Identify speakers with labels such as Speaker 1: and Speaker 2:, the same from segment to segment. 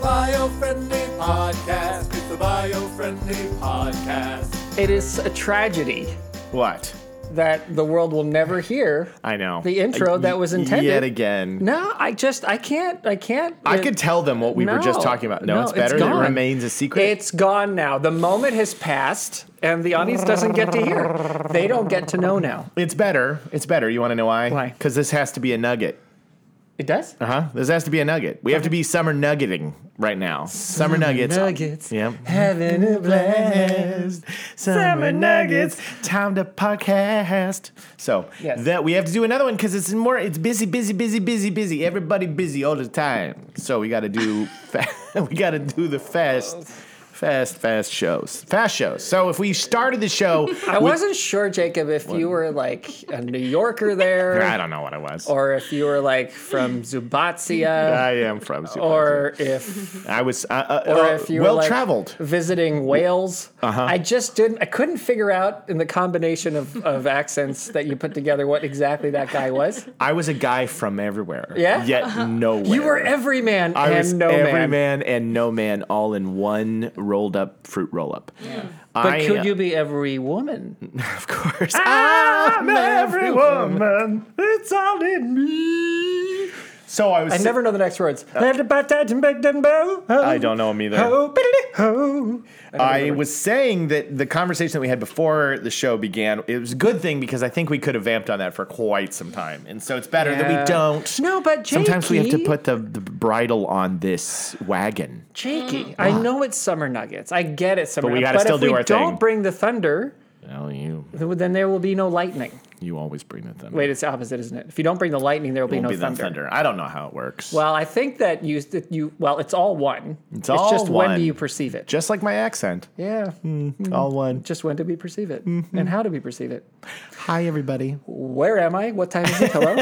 Speaker 1: bio-friendly podcast. It's the bio-friendly podcast.
Speaker 2: It is a tragedy
Speaker 3: What?
Speaker 2: that the world will never hear.
Speaker 3: I know.
Speaker 2: The intro
Speaker 3: I-
Speaker 2: that was intended.
Speaker 3: Yet again.
Speaker 2: No, I just I can't I can't.
Speaker 3: I
Speaker 2: it-
Speaker 3: could tell them what we were just
Speaker 2: No.
Speaker 3: talking about. No,
Speaker 2: No,
Speaker 3: it's
Speaker 2: it's
Speaker 3: better.
Speaker 2: gone.
Speaker 3: it remains a secret.
Speaker 2: It's gone now. The moment has passed, and the audience doesn't get to hear. They don't get to know now.
Speaker 3: It's better. It's better. You want to know why?
Speaker 2: Why?
Speaker 3: Because this has to be a nugget.
Speaker 2: It does.
Speaker 3: Uh huh. This has to be a nugget. We have to be summer nuggeting right now. Summer nuggets.
Speaker 2: Nuggets.
Speaker 3: Yep.
Speaker 2: Heaven a
Speaker 3: Blast. Summer nuggets. Time to podcast. So
Speaker 2: Yes.
Speaker 3: that we have to do another one because it's more. It's busy, busy, busy, busy, busy. Everybody busy all the time. So we got to do. Fa- we got to do the fast, fast, fast shows. Fast shows. So if we started the show,
Speaker 2: I wasn't sure, Jacob, if you were like a New Yorker there,
Speaker 3: I don't know what I was.
Speaker 2: or if you were like from Zubatsia,
Speaker 3: I am from. Zimbabwe.
Speaker 2: or if
Speaker 3: I was uh, uh,
Speaker 2: or
Speaker 3: uh, Uh-huh.
Speaker 2: if you
Speaker 3: well
Speaker 2: were like,
Speaker 3: traveled.
Speaker 2: visiting Wales. I just didn't. I couldn't figure out in the combination of, of accents that you put together what exactly that guy was.
Speaker 3: I was a guy from everywhere.
Speaker 2: Yeah? Uh-huh.
Speaker 3: Yet nowhere.
Speaker 2: You were every man
Speaker 3: I
Speaker 2: and
Speaker 3: was
Speaker 2: no
Speaker 3: every
Speaker 2: man.
Speaker 3: man. and no man all in one rolled up fruit roll up.
Speaker 2: But could
Speaker 3: uh,
Speaker 2: you be every woman?
Speaker 3: Of course. I'm every woman. It's all in me. Uh, So I was.
Speaker 2: I never know the next words. I
Speaker 3: I don't know him either. I was saying that the conversation that we had before the show began, it was a good thing because I think we could have vamped on that for quite some time. And so it's better that
Speaker 2: Yeah.
Speaker 3: we don't.
Speaker 2: No, but
Speaker 3: Sometimes we have to
Speaker 2: Jakey-
Speaker 3: put the, the bridle on this wagon.
Speaker 2: Jakey, I know it's summer nuggets. I get it, summer
Speaker 3: But we
Speaker 2: nuggets.
Speaker 3: gotta still
Speaker 2: if
Speaker 3: do
Speaker 2: we
Speaker 3: our
Speaker 2: don't
Speaker 3: thing.
Speaker 2: bring the thunder,
Speaker 3: Well, you
Speaker 2: th- then there will be no lightning.
Speaker 3: you always bring the thunder.
Speaker 2: Wait, it's the opposite, isn't it? If you don't bring the lightning, there will be
Speaker 3: Won't
Speaker 2: no
Speaker 3: be the
Speaker 2: thunder.
Speaker 3: thunder. I don't know how it works.
Speaker 2: Well, I think that you that you well, it's all one. It's,
Speaker 3: all
Speaker 2: just when
Speaker 3: one. hmm.
Speaker 2: do you perceive it?
Speaker 3: just like my accent,
Speaker 2: yeah,
Speaker 3: all one.
Speaker 2: just when do we perceive it,
Speaker 3: Mm-hmm.
Speaker 2: and how do we perceive it?
Speaker 3: Hi, everybody.
Speaker 2: Where am I? What time is it? Hello.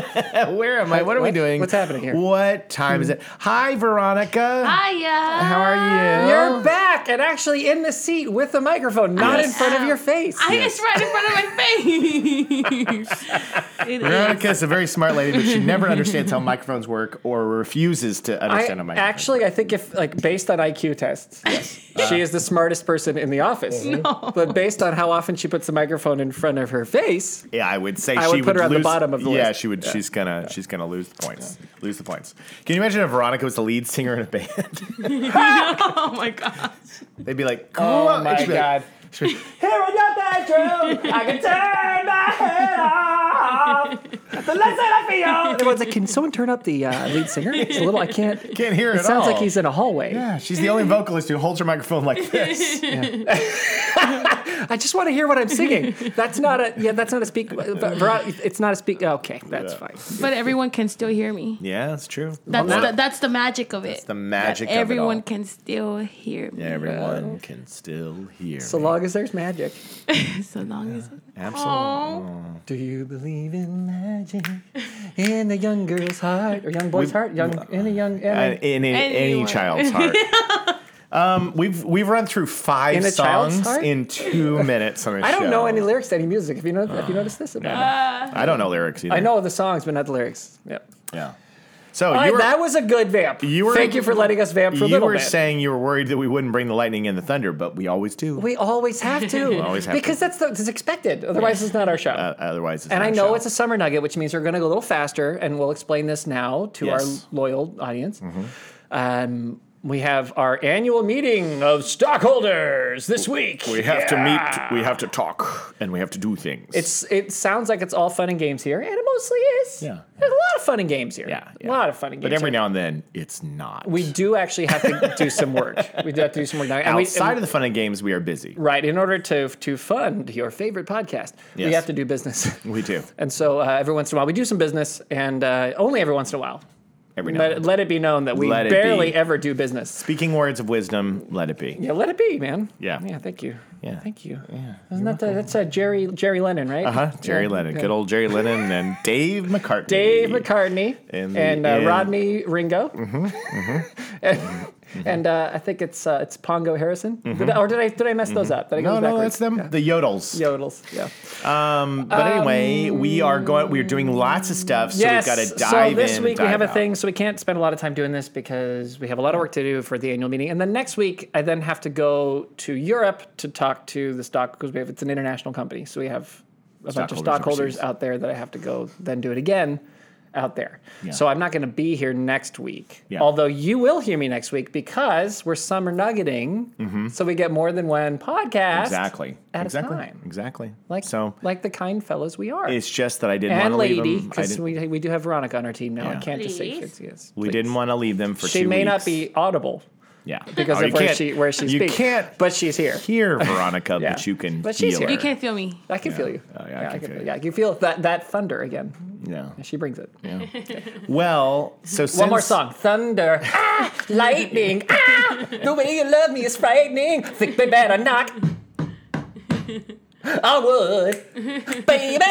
Speaker 3: Where am I? What are we
Speaker 2: What-
Speaker 3: doing?
Speaker 2: what's happening here?
Speaker 3: What time is it? Hi, Veronica.
Speaker 4: Hiya.
Speaker 3: How are you?
Speaker 2: You're back and actually in the seat with the microphone, not in front of your face.
Speaker 4: I think it's right in front of my face. It is.
Speaker 3: Veronica's a very smart lady, but she never understands how microphones work or refuses to
Speaker 2: I-
Speaker 3: understand a microphone.
Speaker 2: actually, I think if like based on IQ tests, she is the smartest person in the office. But based on how often she puts the microphone in front of her face,
Speaker 3: yeah, I would say
Speaker 2: I
Speaker 3: she
Speaker 2: would put her at the
Speaker 3: lose-
Speaker 2: bottom of the
Speaker 3: yeah,
Speaker 2: list.
Speaker 3: she would. She's gonna. She's gonna lose the points. Lose the points. Can you imagine if Veronica was the lead singer in a band?
Speaker 4: Oh my god.
Speaker 3: They'd be like,
Speaker 2: oh
Speaker 3: "Cool."
Speaker 2: my
Speaker 3: She'd be like,
Speaker 2: god.
Speaker 3: she'd be like,
Speaker 2: Here in your bedroom, I can turn my head off. The less that I feel. And everyone's like, can someone turn up the uh, lead singer? It's a little. I can't. It
Speaker 3: Can't hear it.
Speaker 2: sounds like
Speaker 3: all."
Speaker 2: he's in a hallway.
Speaker 3: Yeah, she's the only vocalist who holds her microphone like this.
Speaker 2: I just want to hear what I'm singing. That's not a yeah. That's not a speak. Ver- It's not a speak. Okay, that's
Speaker 3: Yeah.
Speaker 2: fine.
Speaker 4: But everyone can still hear me.
Speaker 3: Yeah, that's true.
Speaker 4: That's the, that's the magic of it. That's
Speaker 3: the magic of it
Speaker 4: everyone
Speaker 3: all.
Speaker 4: can still hear me.
Speaker 3: Everyone can still hear.
Speaker 2: So long as there's magic.
Speaker 4: So long as it-
Speaker 3: Absolutely.
Speaker 2: Do you believe in magic in a young girl's heart or young boy's
Speaker 3: We-
Speaker 2: heart? Young in a young in
Speaker 3: Uh,
Speaker 2: a,
Speaker 3: in, in any
Speaker 4: Anyone.
Speaker 3: child's heart. um, we've we've run through five
Speaker 2: In a child's
Speaker 3: songs
Speaker 2: heart?
Speaker 3: in two minutes. On a
Speaker 2: I don't
Speaker 3: show. Uh,
Speaker 2: know any lyrics to any music. Have you know? Have you noticed this? About me?
Speaker 3: I don't know lyrics either.
Speaker 2: I know the songs, but not the lyrics. Yep.
Speaker 3: Yeah. So
Speaker 2: All
Speaker 3: you
Speaker 2: right,
Speaker 3: were
Speaker 2: that was a good vamp.
Speaker 3: you were-
Speaker 2: Thank you for letting us vamp for a
Speaker 3: you
Speaker 2: little
Speaker 3: were
Speaker 2: bit.
Speaker 3: saying you were worried that we wouldn't bring the lightning and the thunder, but we always do.
Speaker 2: we always have to.
Speaker 3: always have
Speaker 2: because that's the, it's expected. Otherwise, it's not our show.
Speaker 3: Uh, otherwise, it's
Speaker 2: And
Speaker 3: not
Speaker 2: I
Speaker 3: a
Speaker 2: know
Speaker 3: show.
Speaker 2: it's a summer nugget, which means we're going to go a little faster, and we'll explain this now to
Speaker 3: Yes. Mm-hmm.
Speaker 2: our loyal audience. Um, we have our annual meeting of stockholders this week.
Speaker 3: we have to meet. We have to talk, and we have to do things.
Speaker 2: It's it sounds like it's all fun and games here, and it mostly is.
Speaker 3: Yeah.
Speaker 2: there's a lot of fun and games here.
Speaker 3: Yeah,
Speaker 2: a
Speaker 3: yeah.
Speaker 2: lot of fun and games.
Speaker 3: but every
Speaker 2: here.
Speaker 3: now and then, it's not.
Speaker 2: we do actually have to do some work. We do have to do some work now. And we-
Speaker 3: outside of the fun and games, we are busy.
Speaker 2: right, in order to to fund your favorite podcast, we
Speaker 3: Yes.
Speaker 2: have to do business.
Speaker 3: We do
Speaker 2: And so uh, every once in a while, we do some business, and uh, only every once in a while.
Speaker 3: every now. and
Speaker 2: Let,
Speaker 3: then.
Speaker 2: let it be known that we
Speaker 3: Let it
Speaker 2: barely
Speaker 3: be.
Speaker 2: ever do business.
Speaker 3: Speaking words of wisdom, let it be.
Speaker 2: Yeah, let it be, man.
Speaker 3: Yeah.
Speaker 2: Yeah, thank you.
Speaker 3: Yeah.
Speaker 2: Thank you. Yeah. Isn't that the, that's uh, Jerry Jerry Lennon, right?
Speaker 3: Uh huh. Jerry Lennon. Good old Jerry Lennon and Dave McCartney.
Speaker 2: Dave McCartney and,
Speaker 3: And
Speaker 2: uh,
Speaker 3: the- and- Mm-hmm.
Speaker 2: Rodney Ringo. and and uh, I think it's uh, it's Pongo Harrison. Did I- or did I did I mess those up? Did I go
Speaker 3: Mm-hmm. No, no,
Speaker 2: backwards?
Speaker 3: that's them. The yodels.
Speaker 2: Yodels. Yeah.
Speaker 3: Um, but anyway, we are going. We're doing lots of stuff, so
Speaker 2: yes.
Speaker 3: we've got to dive
Speaker 2: so this
Speaker 3: in.
Speaker 2: week we
Speaker 3: dive
Speaker 2: have a
Speaker 3: out.
Speaker 2: thing, so we can't spend a lot of time doing this because we have a lot of work to do for the annual meeting. And then next week, I then have to go to Europe to talk to the stock because we have it's an international company, so we have a bunch of
Speaker 3: Stockholders
Speaker 2: stockholders
Speaker 3: overseas.
Speaker 2: out there that I have to go then do it again out there. So I'm not going to be here next week.
Speaker 3: Yeah.
Speaker 2: Although you will hear me next week because we're summer nuggeting, so we get more than one podcast.
Speaker 3: Mm-hmm. Exactly.
Speaker 2: at a
Speaker 3: exactly.
Speaker 2: time.
Speaker 3: Exactly.
Speaker 2: Like
Speaker 3: so,
Speaker 2: like the kind fellows we are
Speaker 3: it's just that I didn't want
Speaker 2: and
Speaker 3: to leave
Speaker 2: lady
Speaker 3: them. I
Speaker 2: because
Speaker 3: didn't-
Speaker 2: we, we do have Veronica on our team now. I can't just say
Speaker 4: Please.
Speaker 2: kids. Yes,
Speaker 3: we
Speaker 2: please.
Speaker 3: didn't want to leave them for
Speaker 2: She
Speaker 3: two
Speaker 2: may not
Speaker 3: weeks.
Speaker 2: be audible
Speaker 3: Yeah.
Speaker 2: because
Speaker 3: Oh,
Speaker 2: of
Speaker 3: you
Speaker 2: where
Speaker 3: can't-
Speaker 2: she where she
Speaker 3: you
Speaker 2: speaks.
Speaker 3: can't
Speaker 2: but she's here.
Speaker 3: hear Veronica,
Speaker 2: Yeah.
Speaker 3: but you can
Speaker 2: But she's
Speaker 3: feel
Speaker 2: here.
Speaker 4: You can't feel me.
Speaker 2: I can feel you.
Speaker 3: Oh, yeah, I can feel you.
Speaker 2: Yeah, I can feel that that thunder again.
Speaker 3: Yeah.
Speaker 2: She brings it.
Speaker 3: Well, so
Speaker 2: One more song. Thunder. ah, lightning. ah, the way you love me is frightening. Think they better knock. I would, baby.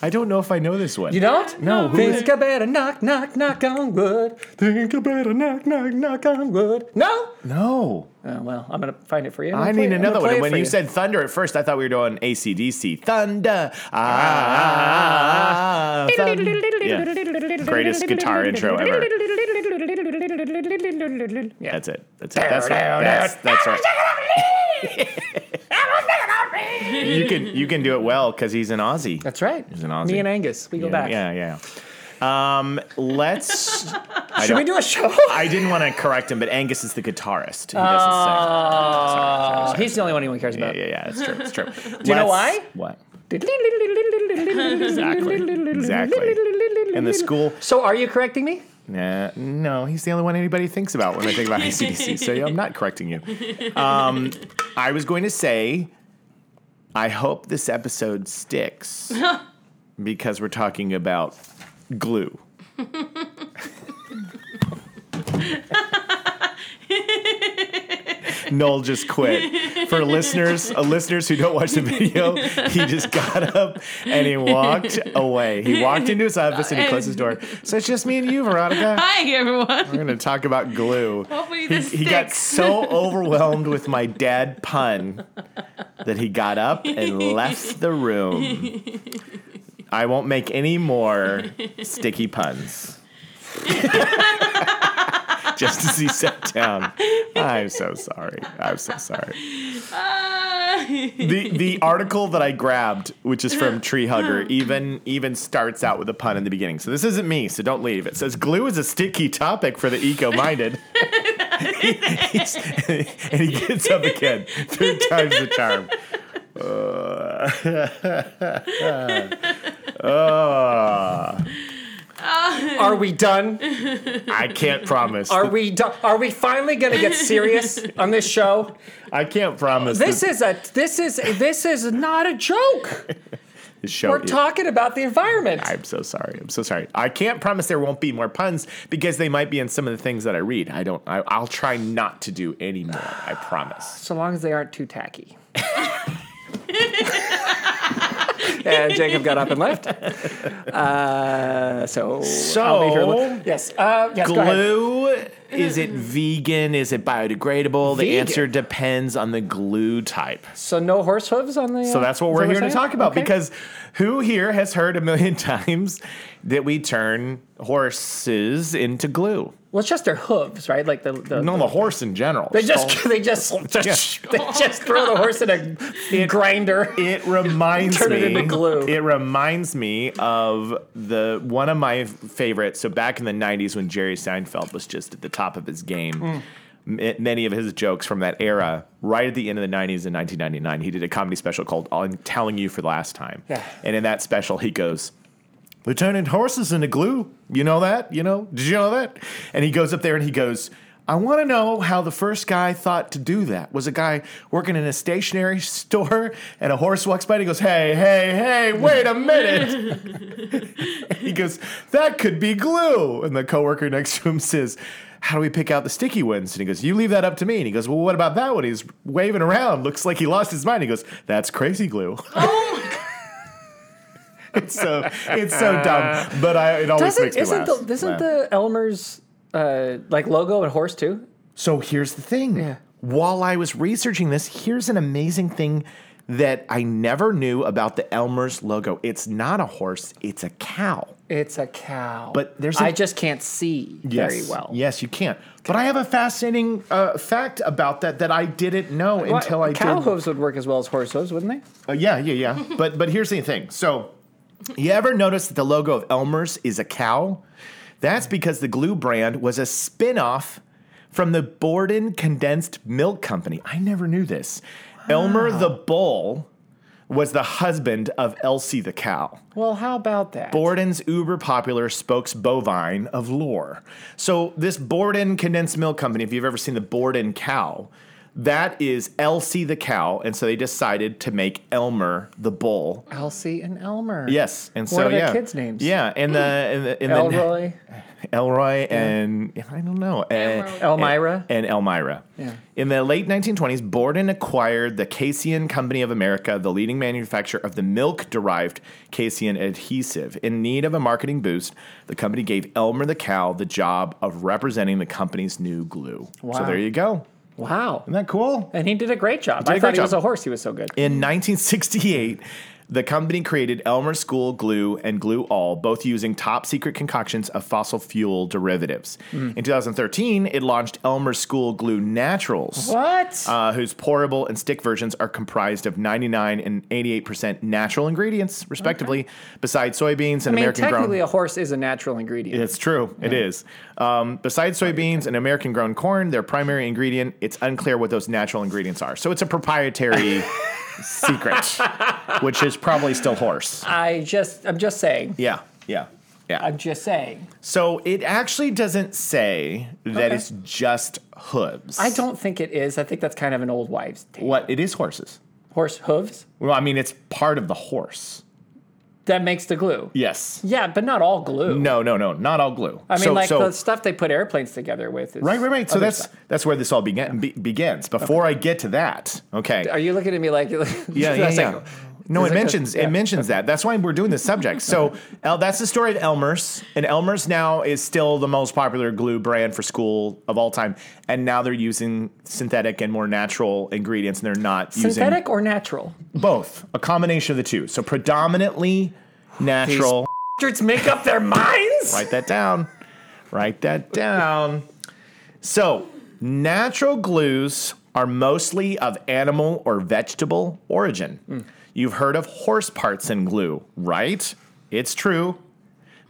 Speaker 3: I don't know if I know this one.
Speaker 2: You don't?
Speaker 4: No, who
Speaker 2: Think I better knock, knock, knock on wood. Think I better knock, knock, knock on wood. No.
Speaker 3: no.
Speaker 2: Oh, well, I'm gonna find it for you. I'm
Speaker 3: I
Speaker 2: gonna play
Speaker 3: need
Speaker 2: it- I'm
Speaker 3: another
Speaker 2: gonna play
Speaker 3: one. And
Speaker 2: it
Speaker 3: when
Speaker 2: for
Speaker 3: you, said thunder at first, I thought we were doing ACDC. Thunder. Ah. thunder. um, Yeah. Greatest guitar intro ever.
Speaker 2: yeah.
Speaker 3: That's it. That's it. That's that's, that's right. you can you can do it well because he's an Aussie.
Speaker 2: That's right.
Speaker 3: He's an Aussie.
Speaker 2: Me and Angus, we go back.
Speaker 3: yeah, yeah, yeah. Um, let's. I
Speaker 2: Should we
Speaker 3: don't-
Speaker 2: do a show?
Speaker 3: I didn't want to correct him, but Angus is the guitarist. He doesn't
Speaker 2: Oh,
Speaker 3: sing.
Speaker 2: he's the only one anyone cares
Speaker 3: Yeah,
Speaker 2: about.
Speaker 3: yeah, yeah. That's true. That's true. Do
Speaker 2: you know why?
Speaker 3: What? Exactly. Exactly. In the school?
Speaker 2: So, are you correcting me?
Speaker 3: Nah, no, he's the only one anybody thinks about when they think about ACDC. So yeah, I'm not correcting you. Um, I was going to say, I hope this episode sticks because we're talking about glue. Noel just quit. For listeners, uh, listeners who don't watch the video, he just got up and he walked away. He walked into his office and he closed his door. So it's just me and you, Veronica.
Speaker 4: Hi, everyone.
Speaker 3: We're going to talk about glue.
Speaker 4: Hopefully
Speaker 3: He,
Speaker 4: this
Speaker 3: he got
Speaker 4: sticks.
Speaker 3: so overwhelmed with my dad pun that he got up and left the room. I won't make any more sticky puns. Just as he sat down. I'm so sorry. I'm so sorry.
Speaker 4: Hi.
Speaker 3: The the article that I grabbed, which is from Tree Hugger, even even starts out with a pun in the beginning. So this isn't me, so don't leave. It says glue is a sticky topic for the eco-minded. He's- and he gets up again. Third time's the charm. Uh, uh,
Speaker 4: Uh,
Speaker 2: Are we done?
Speaker 3: I can't promise.
Speaker 2: Are we done? Are we finally gonna get serious on this show?
Speaker 3: I can't promise
Speaker 2: This
Speaker 3: that
Speaker 2: is a this is this is not a joke.
Speaker 3: the show.
Speaker 2: We're
Speaker 3: is-
Speaker 2: talking about the environment.
Speaker 3: I'm so sorry. I'm so sorry. I can't promise there won't be more puns because they might be in some of the things that I read. I don't. I, I'll try not to do any more. I promise.
Speaker 2: so long as they aren't too tacky. and Jacob got up and left. Uh, so, I'll be here. li- Yes. Uh, yes. Go ahead.
Speaker 3: Glue. Is it vegan? Is it biodegradable? The
Speaker 2: Vegan.
Speaker 3: answer depends on the glue type.
Speaker 2: So no horse hooves on the.
Speaker 3: So that's what we're here to talk about
Speaker 2: because.
Speaker 3: because who here has heard a million times that we turn horses into glue?
Speaker 2: Well, it's just their hooves, right? Like the, the
Speaker 3: No, the horse in general.
Speaker 2: they just they just,
Speaker 3: Yes.
Speaker 2: they just throw the horse in a grinder.
Speaker 3: It reminds
Speaker 2: Turn
Speaker 3: me.
Speaker 2: it into glue.
Speaker 3: It reminds me of the one of my favorites. So back in the '90s, when Jerry Seinfeld was just at the top of his game, m- many of his jokes from that era, right at the end of the '90s in 1999, he did a comedy special called "I'm Telling You for the Last Time."
Speaker 2: Yeah.
Speaker 3: And in that special, he goes. They're turning horses into glue. You know that? You know? Did you know that? And he goes up there and he goes, I want to know how the first guy thought to do that. Was a guy working in a stationery store and a horse walks by and he goes, Hey, hey, hey, wait a minute. he goes, That could be glue. And the coworker next to him says, how do we pick out the sticky ones? And he goes, You leave that up to me. And he goes, Well, what about that one? He's waving around, looks like he lost his mind. He goes, That's crazy glue.
Speaker 2: Oh
Speaker 3: It's so it's so dumb. But I it always
Speaker 2: Doesn't
Speaker 3: makes me
Speaker 2: isn't
Speaker 3: laugh.
Speaker 2: the, isn't
Speaker 3: Laugh.
Speaker 2: the Elmer's uh, like logo and horse too?
Speaker 3: So here's the thing.
Speaker 2: Yeah.
Speaker 3: While I was researching this, here's an amazing thing that I never knew about the Elmer's logo. It's not a horse, it's a cow.
Speaker 2: It's a cow.
Speaker 3: But there's a-
Speaker 2: I just can't see very well.
Speaker 3: Yes, you can. But I have a fascinating uh, fact about that that I didn't know
Speaker 2: Well,
Speaker 3: until I
Speaker 2: cow
Speaker 3: did.
Speaker 2: hooves would work as well as horse hooves, wouldn't they?
Speaker 3: Uh, yeah, yeah, yeah. but but here's the thing. So, you ever notice that the logo of Elmer's is a cow? That's because the glue brand was a spin-off from the Borden Condensed Milk Company. I never knew this. Elmer the bull was the husband of Elsie the cow.
Speaker 2: Well, how about that?
Speaker 3: Borden's uber popular spokes bovine of lore. So this Borden condensed milk company, if you've ever seen the Borden cow, that is Elsie the cow, and so they decided to make Elmer the bull.
Speaker 2: Elsie and Elmer.
Speaker 3: Yes, and so
Speaker 2: what are their
Speaker 3: yeah,
Speaker 2: kids' names?
Speaker 3: Yeah, and the and the, and
Speaker 2: Elroy.
Speaker 3: the, Elroy and I don't know and-
Speaker 4: Elroy.
Speaker 2: Elmira.
Speaker 3: and, Elmira.
Speaker 2: Yeah.
Speaker 3: In the late 1920s, Borden acquired the Casein Company of America, the leading manufacturer of the milk derived casein adhesive. In need of a marketing boost, the company gave Elmer the cow the job of representing the company's new glue. So
Speaker 2: Wow.
Speaker 3: there you go.
Speaker 2: Wow.
Speaker 3: Isn't that cool?
Speaker 2: And he did a great job. I
Speaker 3: a great
Speaker 2: thought he was
Speaker 3: job.
Speaker 2: a horse. He was so good.
Speaker 3: In 1968, the company created Elmer School Glue and Glue All, both using top secret concoctions of fossil fuel derivatives.
Speaker 2: Hmm.
Speaker 3: In 2013, it launched Elmer School Glue Naturals.
Speaker 2: What?
Speaker 3: uh, whose pourable and stick versions are comprised of 99 and 88% natural ingredients, respectively, besides soybeans and
Speaker 2: I mean,
Speaker 3: American
Speaker 2: technically,
Speaker 3: grown.
Speaker 2: a horse is a natural ingredient.
Speaker 3: It's true. It is. Um, besides soybeans and American grown corn, their primary ingredient, it's unclear what those natural ingredients are. So it's a proprietary secret, which is probably still horse.
Speaker 2: I just, I'm just saying.
Speaker 3: Yeah. Yeah. Yeah.
Speaker 2: I'm just saying.
Speaker 3: So it actually doesn't say that
Speaker 2: Okay.
Speaker 3: it's just hooves.
Speaker 2: I don't think it is. I think that's kind of an old wives' tale.
Speaker 3: What? It is horses.
Speaker 2: Horse hooves.
Speaker 3: Well, I mean, it's part of the horse.
Speaker 2: That makes the glue.
Speaker 3: Yes.
Speaker 2: Yeah, but not all glue.
Speaker 3: No, no, no, not all glue.
Speaker 2: I mean,
Speaker 3: so,
Speaker 2: like
Speaker 3: so,
Speaker 2: the stuff they put airplanes together with. Is
Speaker 3: right, right, right. So
Speaker 2: other
Speaker 3: that's
Speaker 2: stuff.
Speaker 3: that's where this all began, be, begins. Before I get to that, okay?
Speaker 2: Are you looking at me like? Yeah,
Speaker 3: yeah, yeah, yeah. No,
Speaker 2: Is it 'cause-
Speaker 3: it mentions it
Speaker 2: yeah,
Speaker 3: mentions that. That's why we're doing this subject. So El, that's the story of Elmer's, and Elmer's now is still the most popular glue brand for school of all time. And now they're using synthetic and more natural ingredients, and they're not
Speaker 2: Synthetic or natural?
Speaker 3: using both, a combination of the two. So predominantly natural.
Speaker 2: Bastards make up their minds.
Speaker 3: Write that down. Write that down. So, natural glues are mostly of animal or vegetable origin. You've heard of horse parts in glue, right? It's true.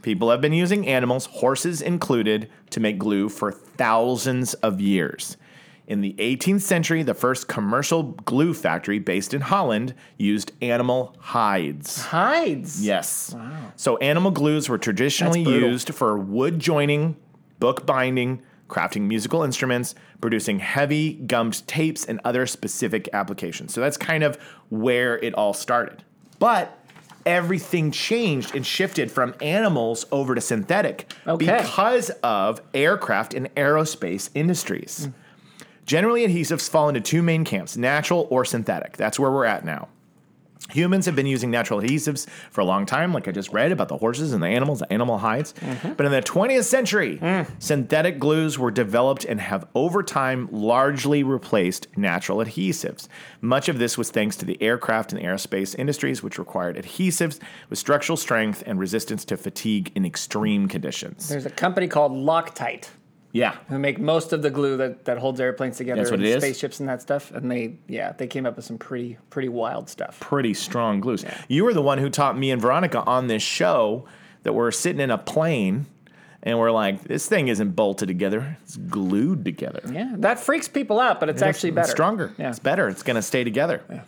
Speaker 3: People have been using animals, horses included, to make glue for thousands of years. In the 18th century, the first commercial glue factory based in Holland used animal hides.
Speaker 2: Hides.
Speaker 3: Yes. So animal glues were traditionally
Speaker 2: That's brutal.
Speaker 3: used for wood joining, book binding, crafting musical instruments, producing heavy gummed tapes, and other specific applications. So that's kind of where it all started. But everything changed and shifted from animals over to synthetic
Speaker 2: Okay.
Speaker 3: because of aircraft and aerospace
Speaker 2: Hmm.
Speaker 3: industries. Generally, adhesives fall into two main camps natural or synthetic. That's where we're at now. Humans have been using natural adhesives for a long time, like I just read about the horses and the animals, the animal hides. But in the 20th century, synthetic glues were developed and have over time largely replaced natural adhesives. Much of this was thanks to the aircraft and aerospace industries, which required adhesives with structural strength and resistance to fatigue in extreme conditions.
Speaker 2: There's a company called Loctite
Speaker 3: yeah.
Speaker 2: who make most of the glue that, that holds airplanes together
Speaker 3: That's what
Speaker 2: and
Speaker 3: it is?
Speaker 2: spaceships and that stuff. And they, yeah, they came up with some pretty, pretty wild stuff.
Speaker 3: pretty strong glues. You were the one who taught me and Veronica on this show that we're sitting in a plane and we're like, this thing isn't bolted together; it's glued together.
Speaker 2: Yeah, that freaks people out, but it's actually
Speaker 3: It's
Speaker 2: better.
Speaker 3: stronger.
Speaker 2: Yeah.
Speaker 3: It's better. It's going to stay together. Yeah.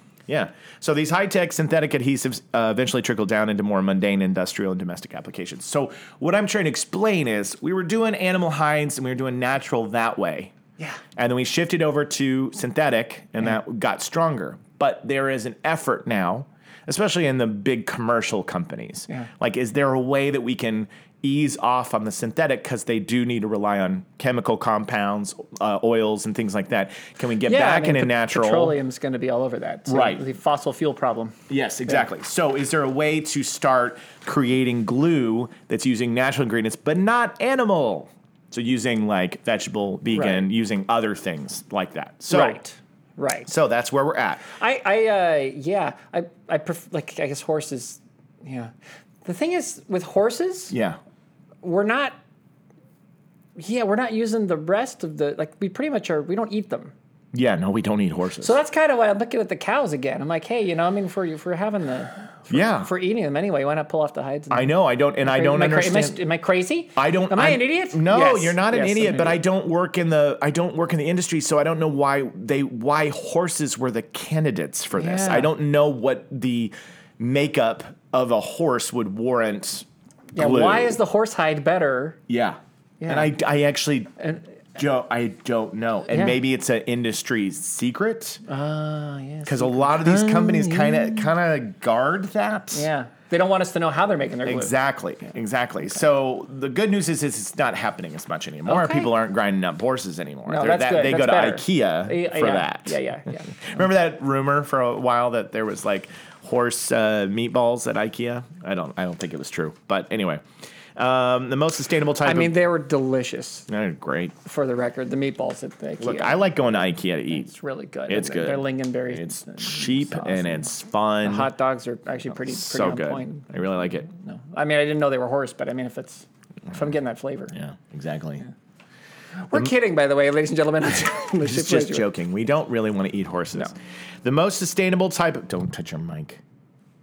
Speaker 3: So these high-tech synthetic adhesives uh, eventually trickle down into more mundane industrial and domestic applications. So what I'm trying to explain is we were doing animal hides and we were doing natural that way.
Speaker 2: Yeah.
Speaker 3: And then we shifted over to synthetic and that got stronger. But there is an effort now, especially in the big commercial companies.
Speaker 2: Yeah.
Speaker 3: Like is there a way that we can ease off on the synthetic cuz they do need to rely on chemical compounds, uh, oils and things like that. Can we get
Speaker 2: Yeah, I
Speaker 3: back
Speaker 2: mean,
Speaker 3: in a
Speaker 2: pet-
Speaker 3: natural.
Speaker 2: Petroleum's going to be all over that. So
Speaker 3: Right.
Speaker 2: The fossil fuel problem.
Speaker 3: Yes, exactly. So, is there a way to start creating glue that's using natural ingredients but not animal? So using like vegetable, vegan,
Speaker 2: Right.
Speaker 3: using other things like that. So,
Speaker 2: right. Right.
Speaker 3: So that's where we're at.
Speaker 2: I, I, uh, yeah, I, I pref- like, I guess horses. Yeah. The thing is, with horses,
Speaker 3: Yeah.
Speaker 2: we're not. Yeah, we're not using the rest of the like. We pretty much are. We don't eat them,
Speaker 3: Yeah. No, we don't eat horses.
Speaker 2: so that's kind of why I'm looking at the cows again. I'm like, hey, you know, I mean, for you for having the
Speaker 3: yeah.
Speaker 2: for eating them anyway, why not pull off the hides? And
Speaker 3: I know. I don't, and I don't
Speaker 2: am cra-
Speaker 3: understand.
Speaker 2: am, I, st- am I crazy?
Speaker 3: I don't.
Speaker 2: Am I
Speaker 3: I'm-
Speaker 2: an idiot?
Speaker 3: No,
Speaker 2: Yes.
Speaker 3: you're not an
Speaker 2: Yes, I'm
Speaker 3: idiot. But I don't work in the. I don't work in the industry, so I don't know why they why horses were the candidates for this.
Speaker 2: Yeah.
Speaker 3: I don't know what the makeup of a horse would warrant.
Speaker 2: Yeah,
Speaker 3: glue.
Speaker 2: why is the horse hide better?
Speaker 3: yeah? And I I actually.
Speaker 2: And
Speaker 3: don't I don't know, and
Speaker 2: Yeah.
Speaker 3: maybe it's an industry secret
Speaker 2: ah, yes.
Speaker 3: because a lot of these companies kind of kind of guard that.
Speaker 2: Yeah, they don't want us to know how they're making their glue.
Speaker 3: Exactly, exactly. So the good news is, is it's not happening as much anymore.
Speaker 2: Okay.
Speaker 3: People aren't grinding up horses anymore.
Speaker 2: No,
Speaker 3: They're-
Speaker 2: that's
Speaker 3: that-
Speaker 2: good.
Speaker 3: They go to
Speaker 2: That's
Speaker 3: IKEA
Speaker 2: Yeah,
Speaker 3: for
Speaker 2: yeah,
Speaker 3: that.
Speaker 2: Yeah, yeah, yeah.
Speaker 3: Remember that rumor for a while that there was like horse uh, meatballs at IKEA? I don't, I don't think it was true. But anyway, um, the most sustainable type.
Speaker 2: I mean,
Speaker 3: of,
Speaker 2: they were delicious.
Speaker 3: Oh, great.
Speaker 2: For the record, the meatballs at the IKEA.
Speaker 3: Look, I like going to IKEA to eat.
Speaker 2: it's really good.
Speaker 3: It's
Speaker 2: And
Speaker 3: good.
Speaker 2: Their lingonberry.
Speaker 3: It's
Speaker 2: and
Speaker 3: cheap
Speaker 2: sauce
Speaker 3: and it's fun.
Speaker 2: hot dogs are actually pretty, pretty
Speaker 3: Mm. Oh, so
Speaker 2: on
Speaker 3: good.
Speaker 2: point.
Speaker 3: I really like it.
Speaker 2: No, I mean, I didn't know they were horse, but I mean, if it's if I'm getting that flavor,
Speaker 3: Yeah, exactly.
Speaker 2: we're kidding, by the way, ladies and gentlemen. It's
Speaker 3: Just, just joking. We don't really want to eat horses. The most sustainable type of don't touch your mic.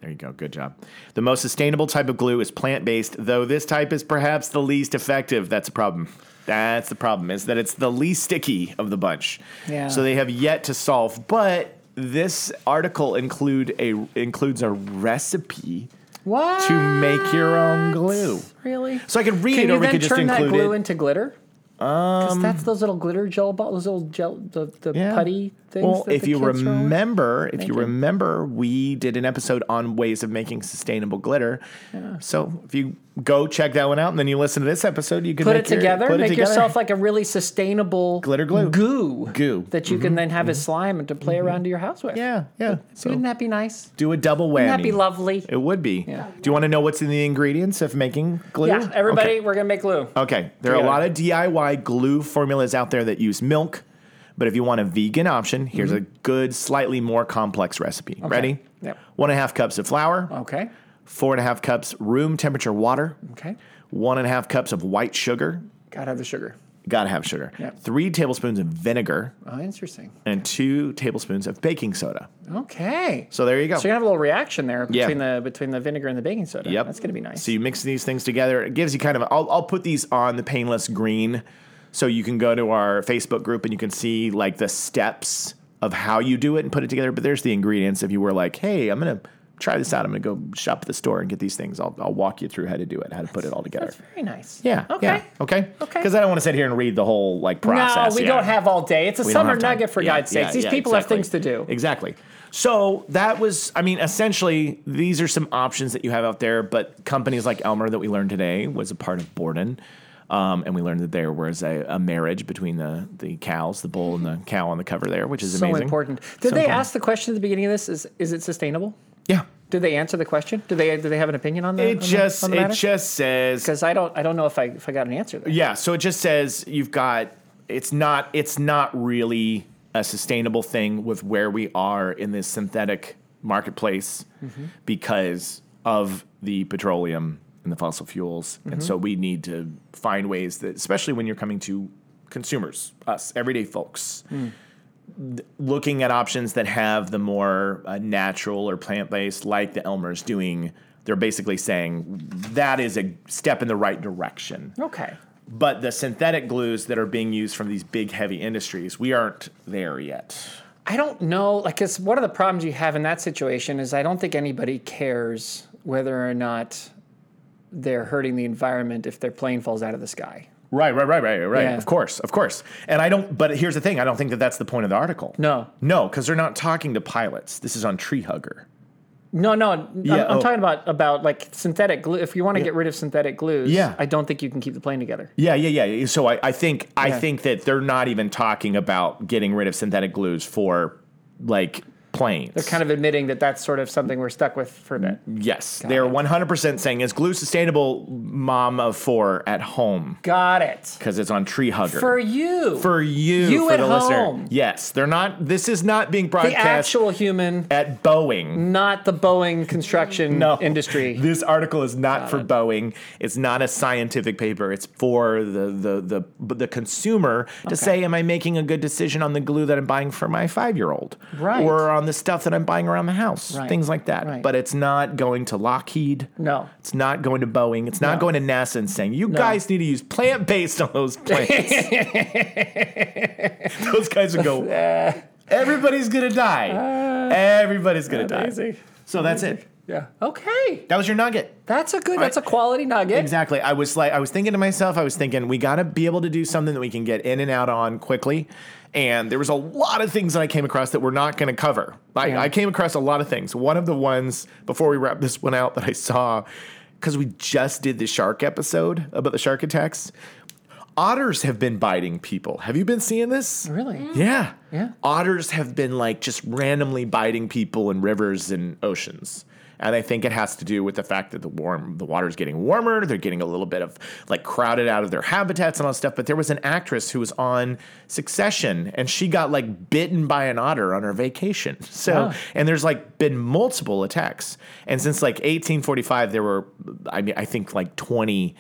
Speaker 3: There you go. Good job. The most sustainable type of glue is plant-based, though this type is perhaps the least effective. That's a problem. That's the problem is that it's the least sticky of the bunch.
Speaker 2: Yeah.
Speaker 3: So they have yet to solve, but this article include a includes a recipe
Speaker 2: What?
Speaker 3: to make your own glue.
Speaker 2: Really?
Speaker 3: So I could read
Speaker 2: Can
Speaker 3: it,
Speaker 2: you
Speaker 3: or we
Speaker 2: then
Speaker 3: could just
Speaker 2: turn that
Speaker 3: include
Speaker 2: glue
Speaker 3: it. Um,
Speaker 2: into glitter? Because that's those little glitter gel balls, those little gel, the, the
Speaker 3: Yeah.
Speaker 2: putty things.
Speaker 3: Well,
Speaker 2: that
Speaker 3: if
Speaker 2: the
Speaker 3: you
Speaker 2: kids throw in.
Speaker 3: remember, if you
Speaker 2: Making.
Speaker 3: remember, we did an episode on ways of making sustainable glitter. So if you go check that one out and then you listen to this episode, you can
Speaker 2: put
Speaker 3: make
Speaker 2: it
Speaker 3: your-
Speaker 2: together,
Speaker 3: put it
Speaker 2: make
Speaker 3: together.
Speaker 2: yourself like a really sustainable
Speaker 3: Glitter glue.
Speaker 2: goo,
Speaker 3: Goo. Mm-hmm.
Speaker 2: that you can then have as slime and to play around to your house with.
Speaker 3: Yeah, yeah. So
Speaker 2: Wouldn't that be nice?
Speaker 3: do a double whammy.
Speaker 2: Wouldn't that be lovely?
Speaker 3: It would be.
Speaker 2: Yeah.
Speaker 3: Do you want to know what's in the ingredients of making glue?
Speaker 2: Yeah, everybody,
Speaker 3: Okay.
Speaker 2: we're gonna make glue.
Speaker 3: Okay, there are a
Speaker 2: Together.
Speaker 3: lot of DIY glue formulas out there that use milk, but if you want a vegan option, here's a good, slightly more complex recipe. Ready?
Speaker 2: Mm-hmm. Yep.
Speaker 3: One and a half cups of flour,
Speaker 2: Okay,
Speaker 3: four and a half cups room temperature water,
Speaker 2: okay.
Speaker 3: one and a half cups of white sugar.
Speaker 2: Gotta have the sugar.
Speaker 3: Gotta have sugar.
Speaker 2: Yep.
Speaker 3: Three tablespoons of vinegar
Speaker 2: Oh, interesting.
Speaker 3: and two tablespoons of baking soda.
Speaker 2: Okay, so
Speaker 3: So there you go.
Speaker 2: you're gonna have a little reaction there
Speaker 3: Yeah.
Speaker 2: between the between the vinegar and the baking soda.
Speaker 3: Yep.
Speaker 2: that's gonna be nice.
Speaker 3: So you mix these things together. It gives you kind of, I'll, I'll put these on the painless green so you can go to our Facebook group and you can see like the steps of how you do it and put it together. But there's the ingredients. If you were like, hey, I'm going to try this out, I'm going to go shop at the store and get these things, I'll, I'll walk you through how to do it, how to put it all together.
Speaker 2: That's very nice.
Speaker 3: Yeah.
Speaker 2: Okay.
Speaker 3: yeah, Okay.
Speaker 2: Okay.
Speaker 3: Because I don't want to sit here and read the whole like process.
Speaker 2: No, we
Speaker 3: yeah.
Speaker 2: don't have all day. It's a
Speaker 3: We don't
Speaker 2: summer
Speaker 3: have time.
Speaker 2: nugget for
Speaker 3: Yeah,
Speaker 2: God's
Speaker 3: yeah,
Speaker 2: sakes. These
Speaker 3: yeah,
Speaker 2: people
Speaker 3: exactly.
Speaker 2: have things to do.
Speaker 3: Exactly. So that was, I mean, essentially, these are some options that you have out there. But companies like Elmer that we learned today was a part of Borden. Um, and we learned that there was a, a marriage between the, the cows, the bull and the cow on the cover there, which is
Speaker 2: So
Speaker 3: amazing.
Speaker 2: important. Did
Speaker 3: So
Speaker 2: they
Speaker 3: important.
Speaker 2: ask the question at the beginning of this? Is is it sustainable?
Speaker 3: Yeah.
Speaker 2: Did they answer the question? Do they do they have an opinion on that?
Speaker 3: It just it just says
Speaker 2: because I don't I don't know if I if I got an answer. There.
Speaker 3: Yeah, so it just says you've got it's not it's not really a sustainable thing with where we are in this synthetic marketplace because of the petroleum and the fossil fuels. And so we need to find ways that especially when you're coming to consumers, us everyday folks, th- looking at options that have the more uh, natural or plant-based like the Elmer's doing, they're basically saying that is a step in the right direction
Speaker 2: Okay.
Speaker 3: but the synthetic glues that are being used from these big heavy industries, we aren't there yet.
Speaker 2: I don't know. Like, cause one of the problems you have in that situation is I don't think anybody cares whether or not they're hurting the environment if their plane falls out of the sky.
Speaker 3: Right, right, right, right, right.
Speaker 2: Yeah.
Speaker 3: Of course, of course. And I don't. But here's the thing: I don't think that that's the point of the article.
Speaker 2: No.
Speaker 3: no, because they're not talking to pilots. This is on Tree Hugger.
Speaker 2: No, no. I'm-
Speaker 3: Yeah,
Speaker 2: I'm,
Speaker 3: oh.
Speaker 2: talking about about like synthetic glue. If you want to get rid of synthetic glues,
Speaker 3: Yeah.
Speaker 2: I don't think you can keep the plane together.
Speaker 3: Yeah, yeah, yeah. So I, I think I
Speaker 2: Yeah.
Speaker 3: think that they're not even talking about getting rid of synthetic glues for like planes.
Speaker 2: They're kind of
Speaker 3: Mm-hmm.
Speaker 2: admitting that that's sort of something we're stuck with for a bit.
Speaker 3: Yes, they're 100% saying is glue sustainable mom of four at home
Speaker 2: Got it.
Speaker 3: because it's on Tree Hugger.
Speaker 2: For you.
Speaker 3: For you,
Speaker 2: You
Speaker 3: for
Speaker 2: at
Speaker 3: the
Speaker 2: home.
Speaker 3: listener. Yes, they're not. This is not being
Speaker 2: the
Speaker 3: broadcast
Speaker 2: actual Mm-hmm. human,
Speaker 3: at Boeing.
Speaker 2: not the Boeing construction
Speaker 3: No
Speaker 2: industry.
Speaker 3: This article is not for Boeing. It's not a scientific paper. It's for the the the, the consumer to say, am I making a good decision on the glue that I'm buying for my five year old,
Speaker 2: Right.
Speaker 3: Or on the stuff that I'm buying around the house,
Speaker 2: Right.
Speaker 3: things like that.
Speaker 2: Right.
Speaker 3: But it's not going to Lockheed.
Speaker 2: No.
Speaker 3: It's not going to Boeing. It's not
Speaker 2: No.
Speaker 3: going to NASA and saying, you guys need to use plant based on those planes. those guys would go, everybody's going to die. everybody's going to die.
Speaker 2: Ah, Amazing.
Speaker 3: So that's it.
Speaker 2: Yeah. Okay.
Speaker 3: That was your nugget.
Speaker 2: That's a good. That's a
Speaker 3: right.
Speaker 2: quality nugget.
Speaker 3: Exactly. I was like, I was thinking to myself, I was thinking, we got to be able to do something that we can get in and out on quickly. And there was a lot of things that I came across that we're not going to cover. I,
Speaker 2: Yeah.
Speaker 3: I came across a lot of things. One of the ones before we wrap this one out that I saw, because we just did the shark episode about the shark attacks. Otters have been biting people. Have you been seeing this?
Speaker 2: Really.
Speaker 3: Yeah.
Speaker 2: Yeah.
Speaker 3: Otters have been like just randomly biting people in rivers and oceans. And I think it has to do with the fact that the warm the water's getting warmer, they're getting a little bit of like crowded out of their habitats and all that stuff. But there was an actress who was on Succession and she got like bitten by an otter on her vacation. So
Speaker 2: Wow.
Speaker 3: and there's like been multiple attacks. And since like 1845 there were I mean I think like 20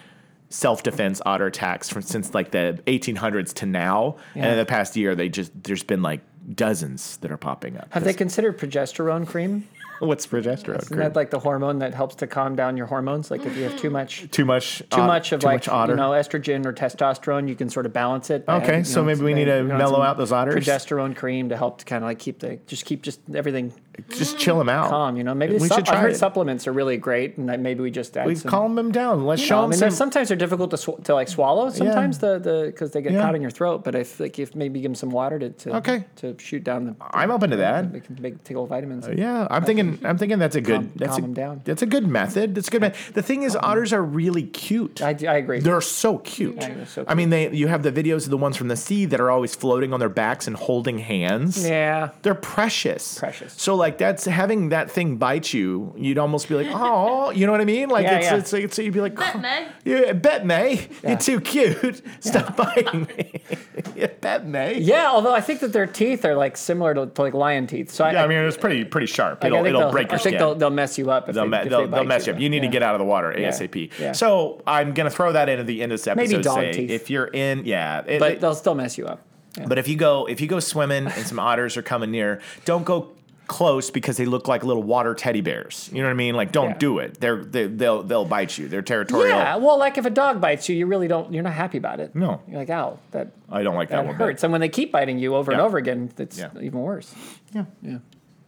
Speaker 3: self-defense otter attacks from since like the 1800s to now and in the past year they just there's been like dozens that are popping up
Speaker 2: Have they considered progesterone cream?
Speaker 3: what's progesterone
Speaker 2: Isn't that like the hormone that helps to calm down your hormones? Like if you have too much,
Speaker 3: too much uh,
Speaker 2: too much of
Speaker 3: Mm-hmm. too
Speaker 2: like
Speaker 3: much otter
Speaker 2: you know estrogen or testosterone, you can sort of balance it. by,
Speaker 3: Okay,
Speaker 2: you
Speaker 3: so
Speaker 2: know,
Speaker 3: maybe we
Speaker 2: they-
Speaker 3: need to
Speaker 2: you know,
Speaker 3: mellow
Speaker 2: some
Speaker 3: out those otters.
Speaker 2: Progesterone cream to help to kind of like keep the just keep just everything
Speaker 3: just chill them out
Speaker 2: calm. You know, maybe
Speaker 3: we
Speaker 2: supp-
Speaker 3: should try
Speaker 2: I heard
Speaker 3: it.
Speaker 2: supplements are really great, and that maybe we just add
Speaker 3: we
Speaker 2: some.
Speaker 3: calm them down let's
Speaker 2: you know,
Speaker 3: show
Speaker 2: I mean,
Speaker 3: them
Speaker 2: they're-
Speaker 3: some
Speaker 2: sometimes they're difficult to, sw- to like swallow. Sometimes the the because they get
Speaker 3: Yeah.
Speaker 2: caught in your throat. But if like if maybe give them some water to, to
Speaker 3: Okay.
Speaker 2: to shoot down the
Speaker 3: i'm open to that
Speaker 2: they can make, take little vitamins.
Speaker 3: yeah i'm thinking i'm thinking that's a good
Speaker 2: Calm-
Speaker 3: that's
Speaker 2: calm
Speaker 3: a,
Speaker 2: 'em down.
Speaker 3: that's a good method that's a good method the thing is otters are really cute
Speaker 2: I, I agree.
Speaker 3: They're so cute.
Speaker 2: Yeah, they're so
Speaker 3: I mean, they you have the videos of the ones from the sea that are always floating on their backs and holding hands.
Speaker 2: yeah.
Speaker 3: They're precious.
Speaker 2: Precious.
Speaker 3: So like that's having that thing bite you, you'd almost be like, oh, you know what I mean? Like
Speaker 2: Yeah,
Speaker 3: it's,
Speaker 2: yeah.
Speaker 3: it's like it's, you'd be like,
Speaker 4: Bet
Speaker 3: "Oh,
Speaker 4: May."
Speaker 3: Yeah, bet May, you're too cute. Stop biting me. yeah, bet May.
Speaker 2: Yeah, although I think that their teeth are like similar to, to like lion teeth. So I,
Speaker 3: Yeah, I mean it's pretty pretty sharp.
Speaker 2: like, I
Speaker 3: It'll
Speaker 2: think
Speaker 3: it'll
Speaker 2: they'll-
Speaker 3: break
Speaker 2: I
Speaker 3: your
Speaker 2: think
Speaker 3: skin.
Speaker 2: they'll, they'll mess you up if
Speaker 3: They'll,
Speaker 2: they,
Speaker 3: me-
Speaker 2: if they
Speaker 3: they'll,
Speaker 2: bite
Speaker 3: they'll mess you up. You need to get out of the water ASAP.
Speaker 2: yeah.
Speaker 3: So I'm gonna throw that in at the end of this episode.
Speaker 2: Maybe
Speaker 3: to
Speaker 2: dog
Speaker 3: say,
Speaker 2: teeth.
Speaker 3: If you're in, yeah, it-
Speaker 2: But
Speaker 3: it-
Speaker 2: they'll still mess you up.
Speaker 3: But if you go if you go swimming and some otters are coming near, don't go close because they look like little water teddy bears. You know what I mean? Like don't
Speaker 2: Yeah.
Speaker 3: do it. They're they, they'll they'll bite you. They're territorial.
Speaker 2: Yeah, well, like if a dog bites you, you really don't. You're not happy about it.
Speaker 3: No.
Speaker 2: you're like, ow, that
Speaker 3: I don't like that,
Speaker 2: that
Speaker 3: one. bit.
Speaker 2: hurts. And when they keep biting you over and
Speaker 3: Yeah.
Speaker 2: over again, it's
Speaker 3: Yeah.
Speaker 2: even worse.
Speaker 3: Yeah.
Speaker 2: Yeah.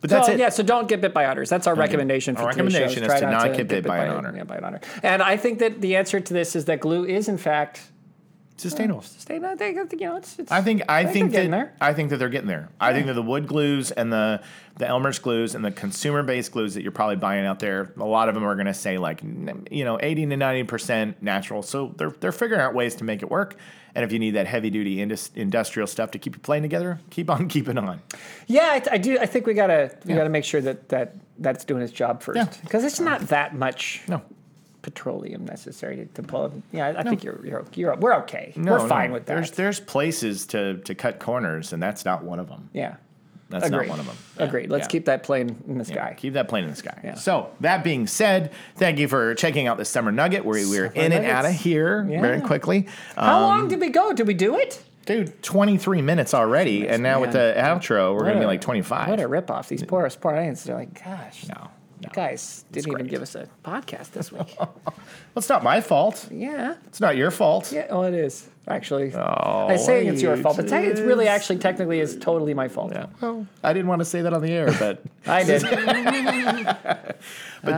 Speaker 3: But
Speaker 2: So,
Speaker 3: that's it.
Speaker 2: yeah, so don't get bit by otters. That's our recommendation
Speaker 3: Our
Speaker 2: for today's
Speaker 3: recommendation
Speaker 2: show, try
Speaker 3: is to not get bit by an otter.
Speaker 2: Yeah, by an otter. And I think that the answer to this is that glue is in fact
Speaker 3: Sustainable.
Speaker 2: stay not you know it's, it's
Speaker 3: I think I
Speaker 2: they're
Speaker 3: think that
Speaker 2: getting there.
Speaker 3: I think that they're getting there. I think that the wood glues and the the Elmer's glues and the consumer based glues that you're probably buying out there, a lot of them are going to say like n- you know 80 to 90 percent natural. So they're they're figuring out ways to make it work. And if you need that heavy duty indus- industrial stuff to keep your plane together, keep on keeping on.
Speaker 2: Yeah, I, I do. I think we gotta we gotta make sure that that that's doing its job first
Speaker 3: Yeah.
Speaker 2: because it's not that much
Speaker 3: No,
Speaker 2: petroleum necessary to, to pull. Yeah, I, I think you're, you're you're we're okay.
Speaker 3: no
Speaker 2: we're
Speaker 3: no.
Speaker 2: fine with that.
Speaker 3: There's there's places to to cut corners, and that's not one of them.
Speaker 2: yeah,
Speaker 3: That's
Speaker 2: agreed.
Speaker 3: not one of them.
Speaker 2: Agreed. Let's
Speaker 3: Yeah.
Speaker 2: keep that plane in the
Speaker 3: Yeah,
Speaker 2: sky.
Speaker 3: Keep that plane in the sky.
Speaker 2: Yeah.
Speaker 3: So that being said, thank you for checking out the summer nugget. We're, we're in and out of
Speaker 2: nuggets.
Speaker 3: here very
Speaker 2: Yeah.
Speaker 3: quickly.
Speaker 2: How
Speaker 3: Um,
Speaker 2: long did we go? Did we do it?
Speaker 3: dude? Twenty three minutes already, and now with
Speaker 2: man.
Speaker 3: the outro, we're gonna
Speaker 2: What
Speaker 3: be
Speaker 2: a-
Speaker 3: like twenty five.
Speaker 2: What a ripoff! These poor Spartans. They're like, gosh,
Speaker 3: No, no.
Speaker 2: you guys didn't even
Speaker 3: great.
Speaker 2: give us a podcast this week.
Speaker 3: Well, it's not my fault.
Speaker 2: yeah.
Speaker 3: It's not your fault.
Speaker 2: Yeah, oh, it is actually. I say it's your fault, but
Speaker 3: Oh, it
Speaker 2: te- it's really
Speaker 3: is.
Speaker 2: actually technically is totally my fault.
Speaker 3: Yeah. Well, I didn't want to say that on the air, but
Speaker 2: I did.
Speaker 3: but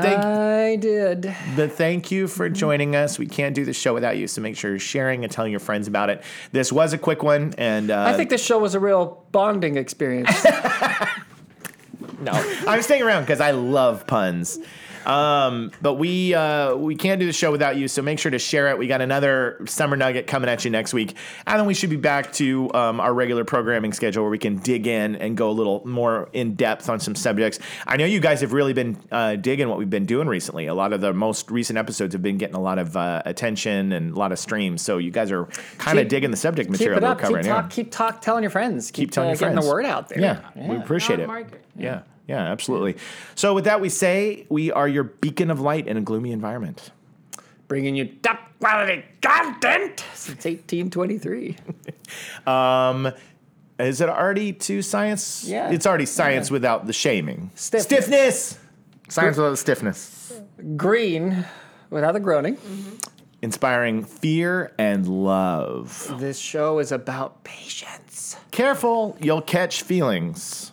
Speaker 3: thank
Speaker 2: I did.
Speaker 3: But thank you for joining us. We can't do the show without you, so make sure you're sharing and telling your friends about it. This was a quick one, and uh,
Speaker 2: I think this show was a real bonding experience. no.
Speaker 3: I'm staying around because I love puns. Um, but we uh, we can't do the show without you, so make sure to share it. We got another summer nugget coming at you next week, and then we should be back to um, our regular programming schedule where we can dig in and go a little more in depth on some subjects. I know you guys have really been uh, digging what we've been doing recently. A lot of the most recent episodes have been getting a lot of uh, attention and a lot of streams, so you guys are kind of
Speaker 2: Keep-
Speaker 3: digging the subject
Speaker 2: Keep
Speaker 3: material
Speaker 2: it
Speaker 3: we're
Speaker 2: up. Keep
Speaker 3: covering. yeah.
Speaker 2: talk, keep talk, telling your friends. Keep,
Speaker 3: Keep telling
Speaker 2: uh,
Speaker 3: your
Speaker 2: getting
Speaker 3: friends.
Speaker 2: the word out there.
Speaker 3: Yeah, we appreciate it.
Speaker 4: Margaret.
Speaker 3: Yeah, yeah, absolutely. So with that, we say we are your beacon of light in a gloomy environment.
Speaker 2: Bringing you top quality content since 1823.
Speaker 3: Um, is it already to science?
Speaker 2: Yeah.
Speaker 3: it's already science without the shaming.
Speaker 2: Stiffness.
Speaker 3: Stiffness. Science without the stiffness.
Speaker 2: Green without the groaning.
Speaker 3: Inspiring fear and love.
Speaker 2: This show is about patience.
Speaker 3: Careful, you'll catch feelings.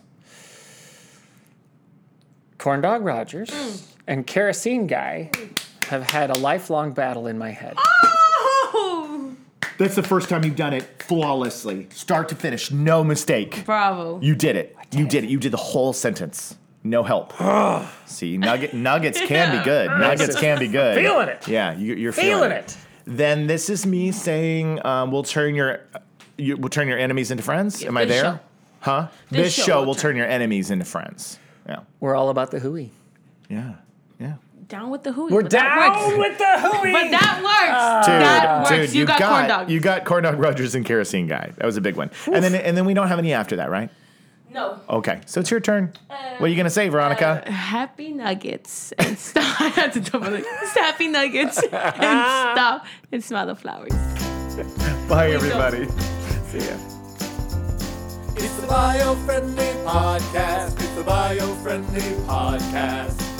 Speaker 2: Corndog Rogers and Kerosene Guy have had a lifelong battle in my head.
Speaker 4: Oh!
Speaker 3: That's the first time you've done it flawlessly, start to finish, no mistake.
Speaker 4: Bravo.
Speaker 3: You did it. you did it. You did the whole sentence. No help. See, nugget, nuggets can be good. Nuggets can be good.
Speaker 2: Feeling it.
Speaker 3: Yeah, you, you're feeling,
Speaker 2: Feeling it.
Speaker 3: Then this is me saying, um, we'll turn your, you, we'll turn your enemies into friends. Am I
Speaker 4: this
Speaker 3: there?
Speaker 4: show.
Speaker 3: Huh? This,
Speaker 4: This
Speaker 3: show,
Speaker 4: show will
Speaker 3: will
Speaker 4: turn-
Speaker 3: turn your enemies into friends. Yeah.
Speaker 2: We're all about the hooey.
Speaker 3: Yeah. Yeah.
Speaker 4: Down with the hooey.
Speaker 2: We're
Speaker 4: but That
Speaker 2: down
Speaker 4: works.
Speaker 2: with the hooey.
Speaker 4: But that works. that works. you, got, corn dog.
Speaker 3: you got corn dog Rogers and kerosene guy. That was a big one. And then and then we don't have any after that, right?
Speaker 4: no.
Speaker 3: Okay, so it's your turn.
Speaker 4: Uh,
Speaker 3: what are you gonna say, Veronica?
Speaker 4: Happy nuggets and stop. I had to double it. It's happy nuggets and stop and smell the flowers.
Speaker 3: Bye,
Speaker 4: we don't.
Speaker 3: everybody. See ya.
Speaker 1: It's the bio friendly podcast. It's the bio friendly podcast.